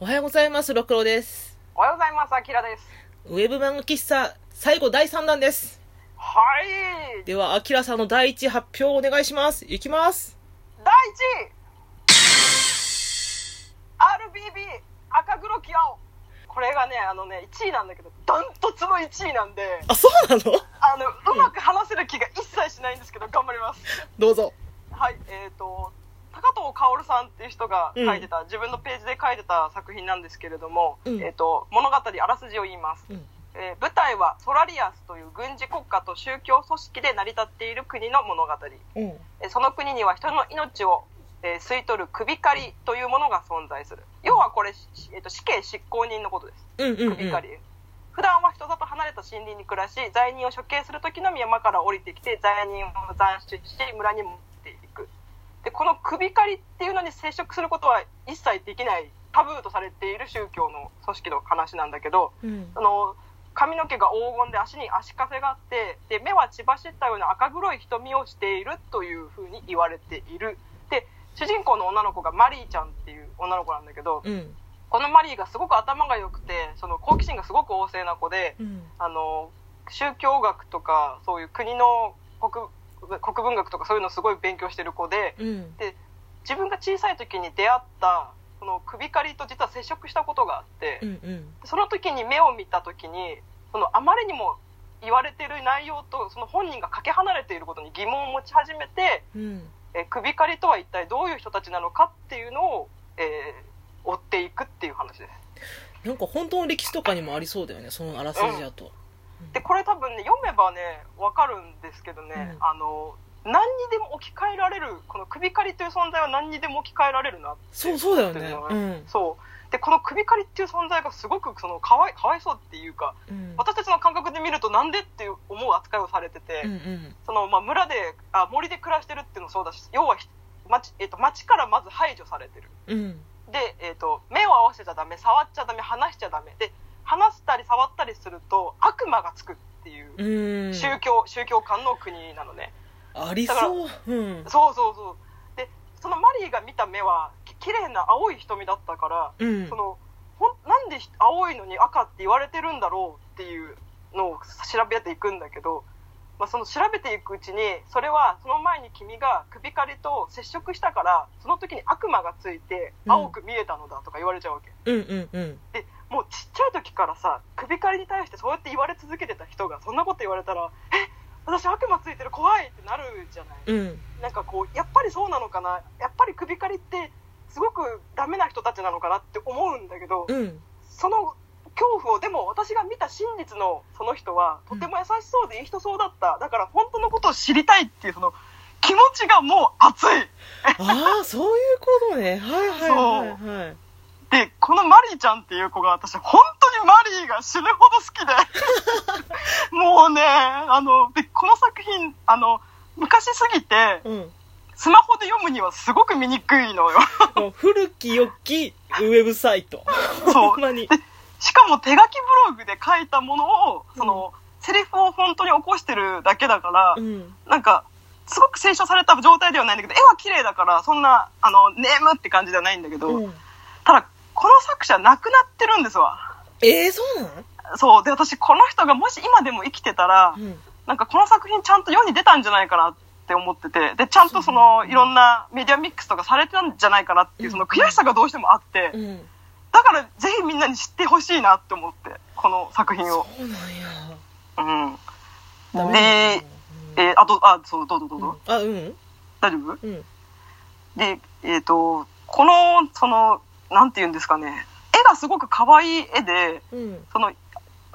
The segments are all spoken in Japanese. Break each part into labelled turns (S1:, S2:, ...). S1: おはようございます、ろくろです。
S2: おはようございます、あきらです。
S1: ウェブ漫画喫茶、最後第3弾です。
S2: はい。
S1: では、あきらさんの第一発表をお願いします。いきます。
S2: 第1位 !RBB 赤黒き青。これがね、あのね、1位なんだけど、ダントツの1位なんで、
S1: あ、そうなの
S2: あの、うまく話せる気が一切しないんですけど、頑張ります。
S1: どうぞ。
S2: はい、えっ、と、高藤薫さんっていう人が書いてた、自分のページで書いてた作品なんですけれども、
S1: うん
S2: えっ、と、物語、あらすじを言います。
S1: うん
S2: えー舞台はソラリアスという軍事国家と宗教組織で成り立っている国の物語。
S1: うん。
S2: えーその国には人の命を、えー吸い取る首狩りというものが存在する要はこれ、しえー、と死刑執行人のことです
S1: うんうん、うん。
S2: 首狩り、普段は人里離れた森林に暮らし罪人を処刑する時のみ山から降りてきて罪人を斬首し村に持っていくでこの首狩りっていうのに接触することは一切できないタブーとされている宗教の組織の話なんだけど
S1: うん。
S2: あの髪の毛が黄金で足に足かせがあってで目は血走ったような赤黒い瞳をしているというふうに言われているで主人公の女の子がマリーちゃんっていう女の子なんだけど
S1: うん。
S2: このマリーがすごく頭が良くてその好奇心がすごく旺盛な子で
S1: うん。
S2: あの宗教学とかそういう国の国国文学とかそういうのすごい勉強してる子で
S1: うん。
S2: 自分が小さい時に出会ったその首狩りと実は接触したことがあって。
S1: うん。うん。
S2: その時に目を見た時にそのあまりにも言われてる内容とその本人がかけ離れていることに疑問を持ち始めて、
S1: うん。
S2: えー首狩りとは一体どういう人たちなのかっていうのを、えー追っていくっていう話です
S1: なんか本当の歴史とかにもありそうだよね、そのあらすじだと。
S2: でこれ多分ね読めばねわかるんですけどね、
S1: うん
S2: あの何にでも置き換えられるこの首狩りという存在は何にでも置き換えられるな
S1: そう、そうだよね。
S2: う
S1: うんん。
S2: そうでこの首狩りっていう存在がすごくそのかわいかわいそうっていうか
S1: うん。
S2: 私たちの感覚で見るとなんでっていう思う扱いをされてて、
S1: うんうん。
S2: そのまあ村であ森で暮らしてるっていうのもそうだし要はひ町,、えっと町からまず排除されてる
S1: うん。
S2: で、えっと目を合わせちゃダメ触っちゃダメ話しちゃダメで話したり触ったりすると悪魔がつくっていうう
S1: ーん。
S2: 宗教、宗教観の国なのね
S1: ありそう。うん。
S2: そうそうそうでそのマリーが見た目はき綺麗な青い瞳だったから、
S1: うん
S2: そ。のほんなんでひ青いのに赤って言われてるんだろうっていうのを調べていくんだけど、まあ、その調べていくうちにそれはその前に君が首狩りと接触したからその時に悪魔がついて
S1: うん
S2: 青く見えたのだとか言われちゃうわけ、
S1: うんうんうん。
S2: でもうちっちゃい時からさ首狩りに対してそうやって言われ続けてた人がそんなこと言われたら「え私悪魔ついてる怖い!」ってなるじゃない。
S1: うん。
S2: なんかこうやっぱりそうなのかなやっぱり首狩りってすごくダメな人たちなのかなって思うんだけど、
S1: うん。
S2: その恐怖をでも私が見た真実のその人はとても優しそうでいい人そうだっただから本当のことを知りたいっていうその気持ちがもう熱い
S1: ああ、そういうことね。はいはいはいはい。
S2: でこのマリーちゃんっていう子が私本当にマリーが死ぬほど好きでもうねあのでこの作品あの昔すぎて
S1: うん
S2: スマホで読むにはすごく見にくいのよ
S1: もう古き良きウェブサイト。
S2: そう
S1: ほんまに。
S2: しかも手書きブログで書いたものをその、セリフを本当に起こしてるだけだか
S1: う
S2: ら、
S1: ん。
S2: なんか、すごく清書された状態ではないんだけど、絵は綺麗だから、そんな、あの、ネームって感じではないんだけど、
S1: うん、
S2: ただ、この作者亡くなってるんですわ。
S1: えー、そうなの
S2: そう。で、私、この人がもし今でも生きてたら、
S1: うん。
S2: なんかこの作品ちゃんと世に出たんじゃないかなって思ってて、で、ちゃんとそ
S1: そう
S2: の、
S1: ね
S2: いろんなメディアミックスとかされてたんじゃないかなっていうう、
S1: ん
S2: その悔しさがどうしてもあって、
S1: うん。
S2: だからぜひみんなに知ってほしいなって思って、この作品を
S1: そ。うなんや。
S2: うん。
S1: ダメ
S2: ね
S1: え、
S2: えーあと、あ、そう、どうぞどうぞ。
S1: うんあ、うん
S2: 大丈夫
S1: うん。
S2: で、えっ、と、この、その、なんて言うんですかね、絵がすごく可愛い絵で、
S1: うん。
S2: その、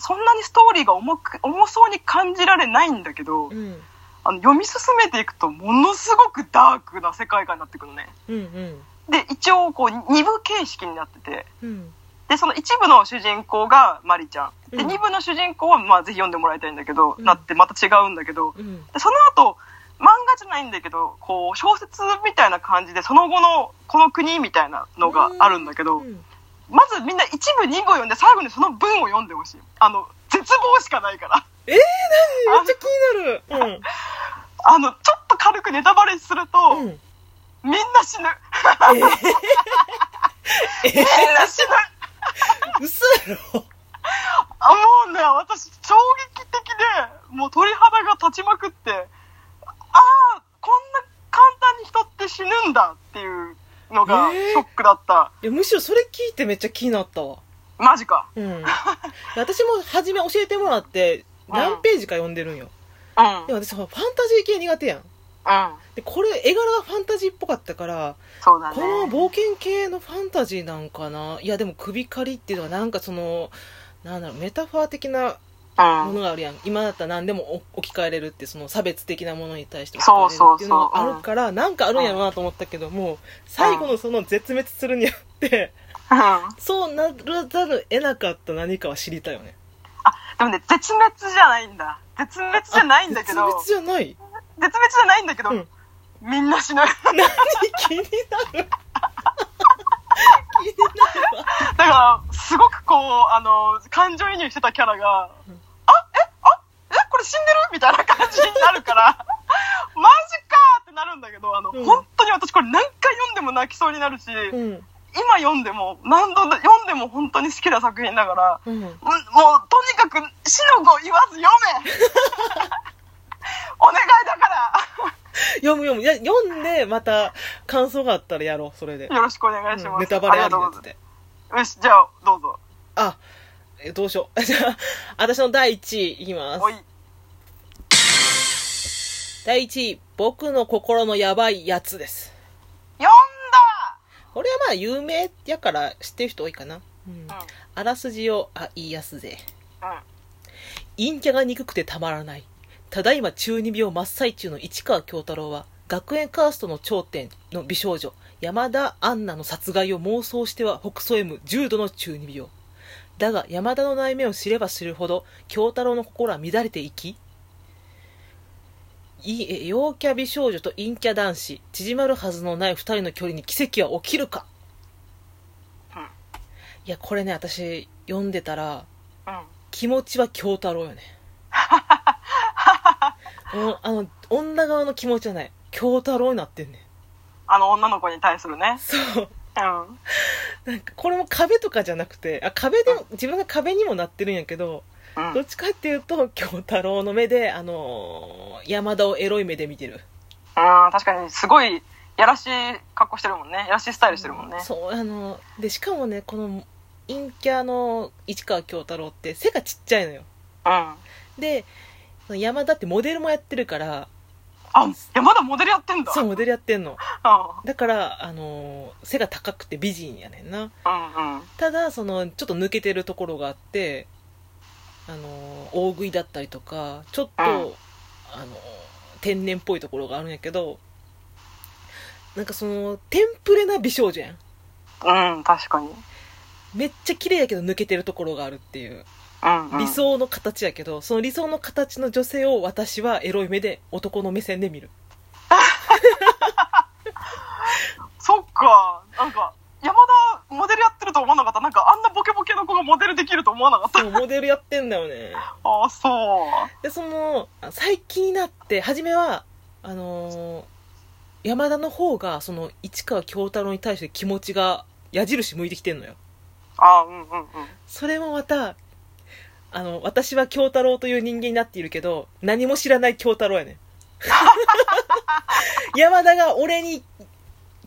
S2: そんなにストーリーが重く、重そうに感じられないんだけど
S1: う、ん。
S2: あの、読み進めていくと、ものすごくダークな世界観になってくるのね。
S1: うん。うん。
S2: で、一応、こう、二部形式になってて、
S1: うん。
S2: で、その一部の主人公がマリちゃん。で、
S1: うん
S2: 二部の主人公は、まあ、ぜひ読んでもらいたいんだけど、
S1: うん
S2: なってまた違うんだけど、
S1: うん。
S2: でその後漫画じゃないんだけどこう小説みたいな感じでその後のこの国みたいなのがあるんだけど、
S1: うん
S2: まずみんな一部二部を読んで最後にその文を読んでほしいあの絶望しかないから
S1: えー、何めっちゃ気になる。
S2: あのちょっと軽くネタバレすると、
S1: うん。うん。
S2: みんな死ぬ
S1: え
S2: みんなしない。
S1: 嘘やろ
S2: あもうね、私、衝撃的で、もう鳥肌が立ちまくって、ああ、こんな簡単に人って死ぬんだっていうのが
S1: えー
S2: ショックだった。
S1: いやむしろそれ聞いてめっちゃ気になったわ。
S2: マジか。
S1: うん。私も初め教えてもらって、
S2: うん
S1: 何ページか読んでるんよ。
S2: うん。うん。
S1: でも私、ファンタジー系苦手やん。で、これ、絵柄がファンタジーっぽかったから、
S2: そうだね。
S1: この冒険系のファンタジーなんかないや、でも首狩りっていうのはなんかその、なんだろう、メタファー的なもの
S2: うん。
S1: があるやん。今だったら何でもお置き換えれるって、その差別的なものに対して置き換
S2: そうそ
S1: えれるっ
S2: うそう
S1: ていうのがあるから、なんかあるんやろうなと思ったけども、最後のその絶滅するにあって、
S2: うん
S1: そうならざる得なかった何かは知りたいよね。
S2: でもね、絶滅じゃないんだ。絶滅じゃないんだけど、
S1: 別々じゃない
S2: 絶滅じゃないんだけど、
S1: うん
S2: みんな死ぬ。 だ
S1: 何気になる 気になるわ。
S2: から、すごくこう、あの、感情移入してたキャラが、
S1: うん
S2: あ、え、あ、え、これ死んでるみたいな感じになるから、 マジかーってなるんだけど、あの、
S1: うん
S2: 本当に私これ何回読んでも泣きそうになるし、
S1: うん。
S2: 今読んでも、何度で読んでも本当に好きな作品だから、
S1: うん。
S2: うんもう、とにかく、死の子言わず読め お願いだか
S1: 読む読む。いや、読んで、また、感想があったらやろう、それで
S2: ら、。よろしくお願いします。
S1: うんネタバレ
S2: あ
S1: あ
S2: りが
S1: り
S2: と
S1: の
S2: うご
S1: や
S2: ざい
S1: つ
S2: ま
S1: で。
S2: す。よし、じゃあ、どうぞ。
S1: あ、えどうしよう。じ ゃあ、私の第1位いきま
S2: おい。
S1: す。第1位、僕の心のやばいやつです。
S2: 読ん
S1: これはまあ、有名やから知ってる人多いかな。うん
S2: だ
S1: あらすじを、あ、言いやすぜ。
S2: うん。うん。
S1: 陰キャが憎くてたまらないただいま中二病真っ最中の市川京太郎は学園カーストの頂点の美少女山田杏奈の殺害を妄想しては北総 M 重度の中二病だが山田の内面を知れば知るほど京太郎の心は乱れていきいいえ陽キャ美少女と陰キャ男子縮まるはずのない二人の距離に奇跡は起きるか、
S2: うん
S1: いやこれね私読んでたら
S2: うん。
S1: 気持ちは京太郎よ ねうんあの女側の気持ちじゃない京太郎になってんねん
S2: あの、女の子に対するね。
S1: そう
S2: うん。
S1: なんかこれも壁とかじゃなくてあ壁でも自分が壁にもなってるんやけど
S2: うん。う
S1: ど
S2: ん
S1: っ。ちかっていうと京太郎の目であのー山田をエロい目で見てる
S2: 確かに、すごい、やらしい格好してるもんね。やらしいスタイルしてるもんね。
S1: そうあのでしかもねこの陰キャの市川京太郎って背がちっちゃいのよ
S2: うん。あ、
S1: でその山田ってモデルもやってるから
S2: いや、まだモデルやってんだ。
S1: そう
S2: うん。
S1: モデルやってんの
S2: う
S1: だから、あのー背が高くて美人やねんな。
S2: んうん。
S1: ただ、その、ちょっと抜けてるところがあって、あのー大食いだったりとか、ちょっと、
S2: うん
S1: あのー天然っぽいところがあるんやけど、なんかその、テンプレな美少女やん。
S2: うん、確かに。
S1: めっちゃ綺麗やけど抜けてるところがあるっていう。
S2: うん、うん。
S1: 理。想の形やけど、その理想の形の女性を私はエロい目で、男の目線で見る。
S2: そっか。なんか、山田、モデルやってると思わなかった。なんか、あんなボケボケの子がモデルできると思わなかった。
S1: そう、モデルやってんだよね。
S2: ああ、そう。
S1: でそのあ最近になって初めはあのー山田の方がその市川京太郎に対して気持ちが矢印向いてきてんのよ
S2: ああ、うんうんうん。
S1: それもまたあの私は京太郎という人間になっているけど何も知らない京太郎やねん山田が俺に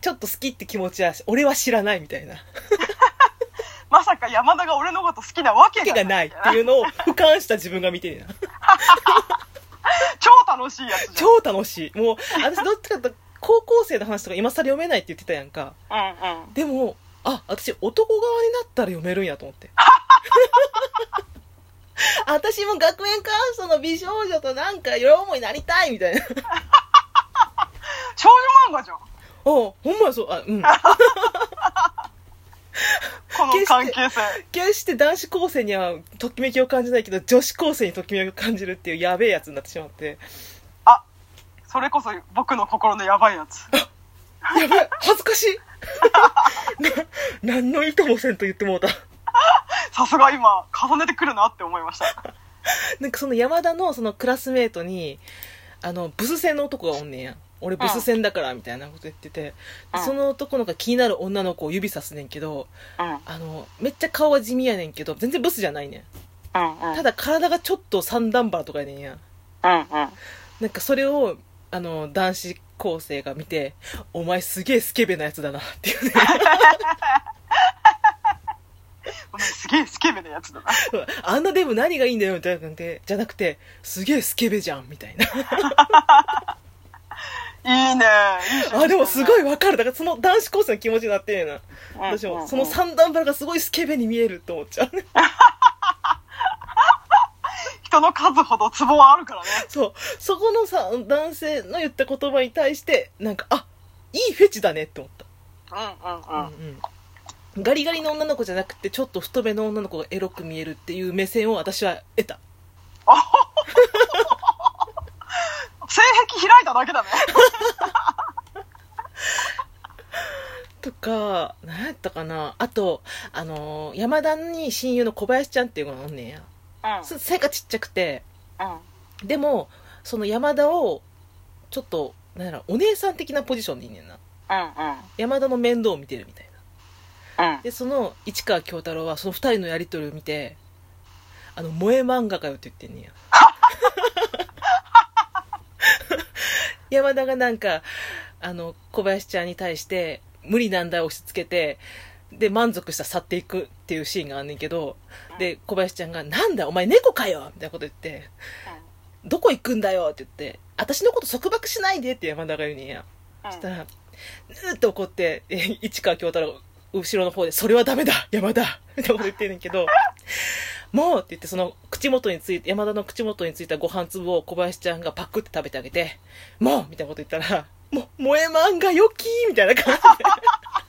S1: ちょっと好きって気持ちは俺は知らないみたいな
S2: まさか山田が俺のこと好きなわけ
S1: 手
S2: が
S1: が
S2: な。
S1: ないいっていうのを俯瞰した自分が見てるな
S2: 超楽しいやつじ
S1: 超楽しいもう私どっちかというと高校生の話とか今更読めないって言ってたやんか
S2: ゃん。うんうん。
S1: でもあ私男側になったら読めるんやと 思って私も学園カーストの美少女となんか両思いになりたいみたいな
S2: 少女漫画じゃん。
S1: あほんまやそうあうん
S2: この関 係性。
S1: 決して男子高生にはときめきを感じないけど女子高生にときめきを感じるっていうやべえやつになってしまって
S2: それこそ僕の心のやばい やつ。
S1: やばい恥ずかしい な何の意図もせんと言ってもうた
S2: さすが今、重ねてくるなって思いました。
S1: なんかその山田のそのクラスメートにあのブス戦の男がおんねんや俺ブス戦だからみたいなこと言ってて、
S2: うん
S1: その男の子が気になる女の子を指さすねんけど
S2: うん
S1: あのめっちゃ顔は地味やねんけど全然ブスじゃないねん
S2: うんうん
S1: ただ体がちょっと三段腹とかやねんや
S2: うんうん
S1: なんかそれをあの男子高生が見て「お前すげえスケベなやつだな」っていうね
S2: お前すげえスケベなやつだな
S1: あんなデブ何がいいんだよみたいなんでじゃなくてすげえスケベじゃんみたいな
S2: いいね
S1: あでもすご
S2: い、
S1: いわかるだからその男子高生の気持ちになってるな
S2: うん
S1: 私
S2: うんう
S1: も
S2: ん
S1: その三段腹がすごいスケベに見えると思っちゃう ね
S2: 人の数ほどツボはあるからね
S1: そうそこのさ男性の言った言葉に対してなんかあいいフェチだねって思った
S2: うんうんうん
S1: うんうん、ガリガリの女の子じゃなくてちょっと太めの女の子がエロく見えるっていう目線を私は得た
S2: 性癖開いただけだね
S1: とか何やったかなあとあのー山田に親友の小林ちゃんっていうのがおんねんや
S2: う
S1: す背がちっちゃくて
S2: んうん
S1: でもその山田をちょっとなんやろお姉さん的なポジションでいいねんな
S2: うんうん
S1: 山田の面倒を見てるみたいな
S2: うん
S1: でその市川京太郎はその2人のやり取りを見て「あの萌え漫画かよ」って言ってんねや 山田がなんかあの小林ちゃんに対して無理難題を押し付けてで満足したら去っていくっていうシーンがあんねんけどで小林ちゃんが「なんだお前猫かよ!」みたいなこと言って「どこ行くんだよ!」って言って「私のこと束縛しないで」って山田が言うねんや
S2: うん
S1: したら、ぬーって怒って、 え市川京太郎、後ろの方で、それはダメだ山田みたいなこと言ってんねんけど、もうって言って、その口元について、山田の口元についたご飯粒を小林ちゃんがパクって食べてあげて、もうみたいなこと言ったら、もう、萌え漫画よきみたいな感じで。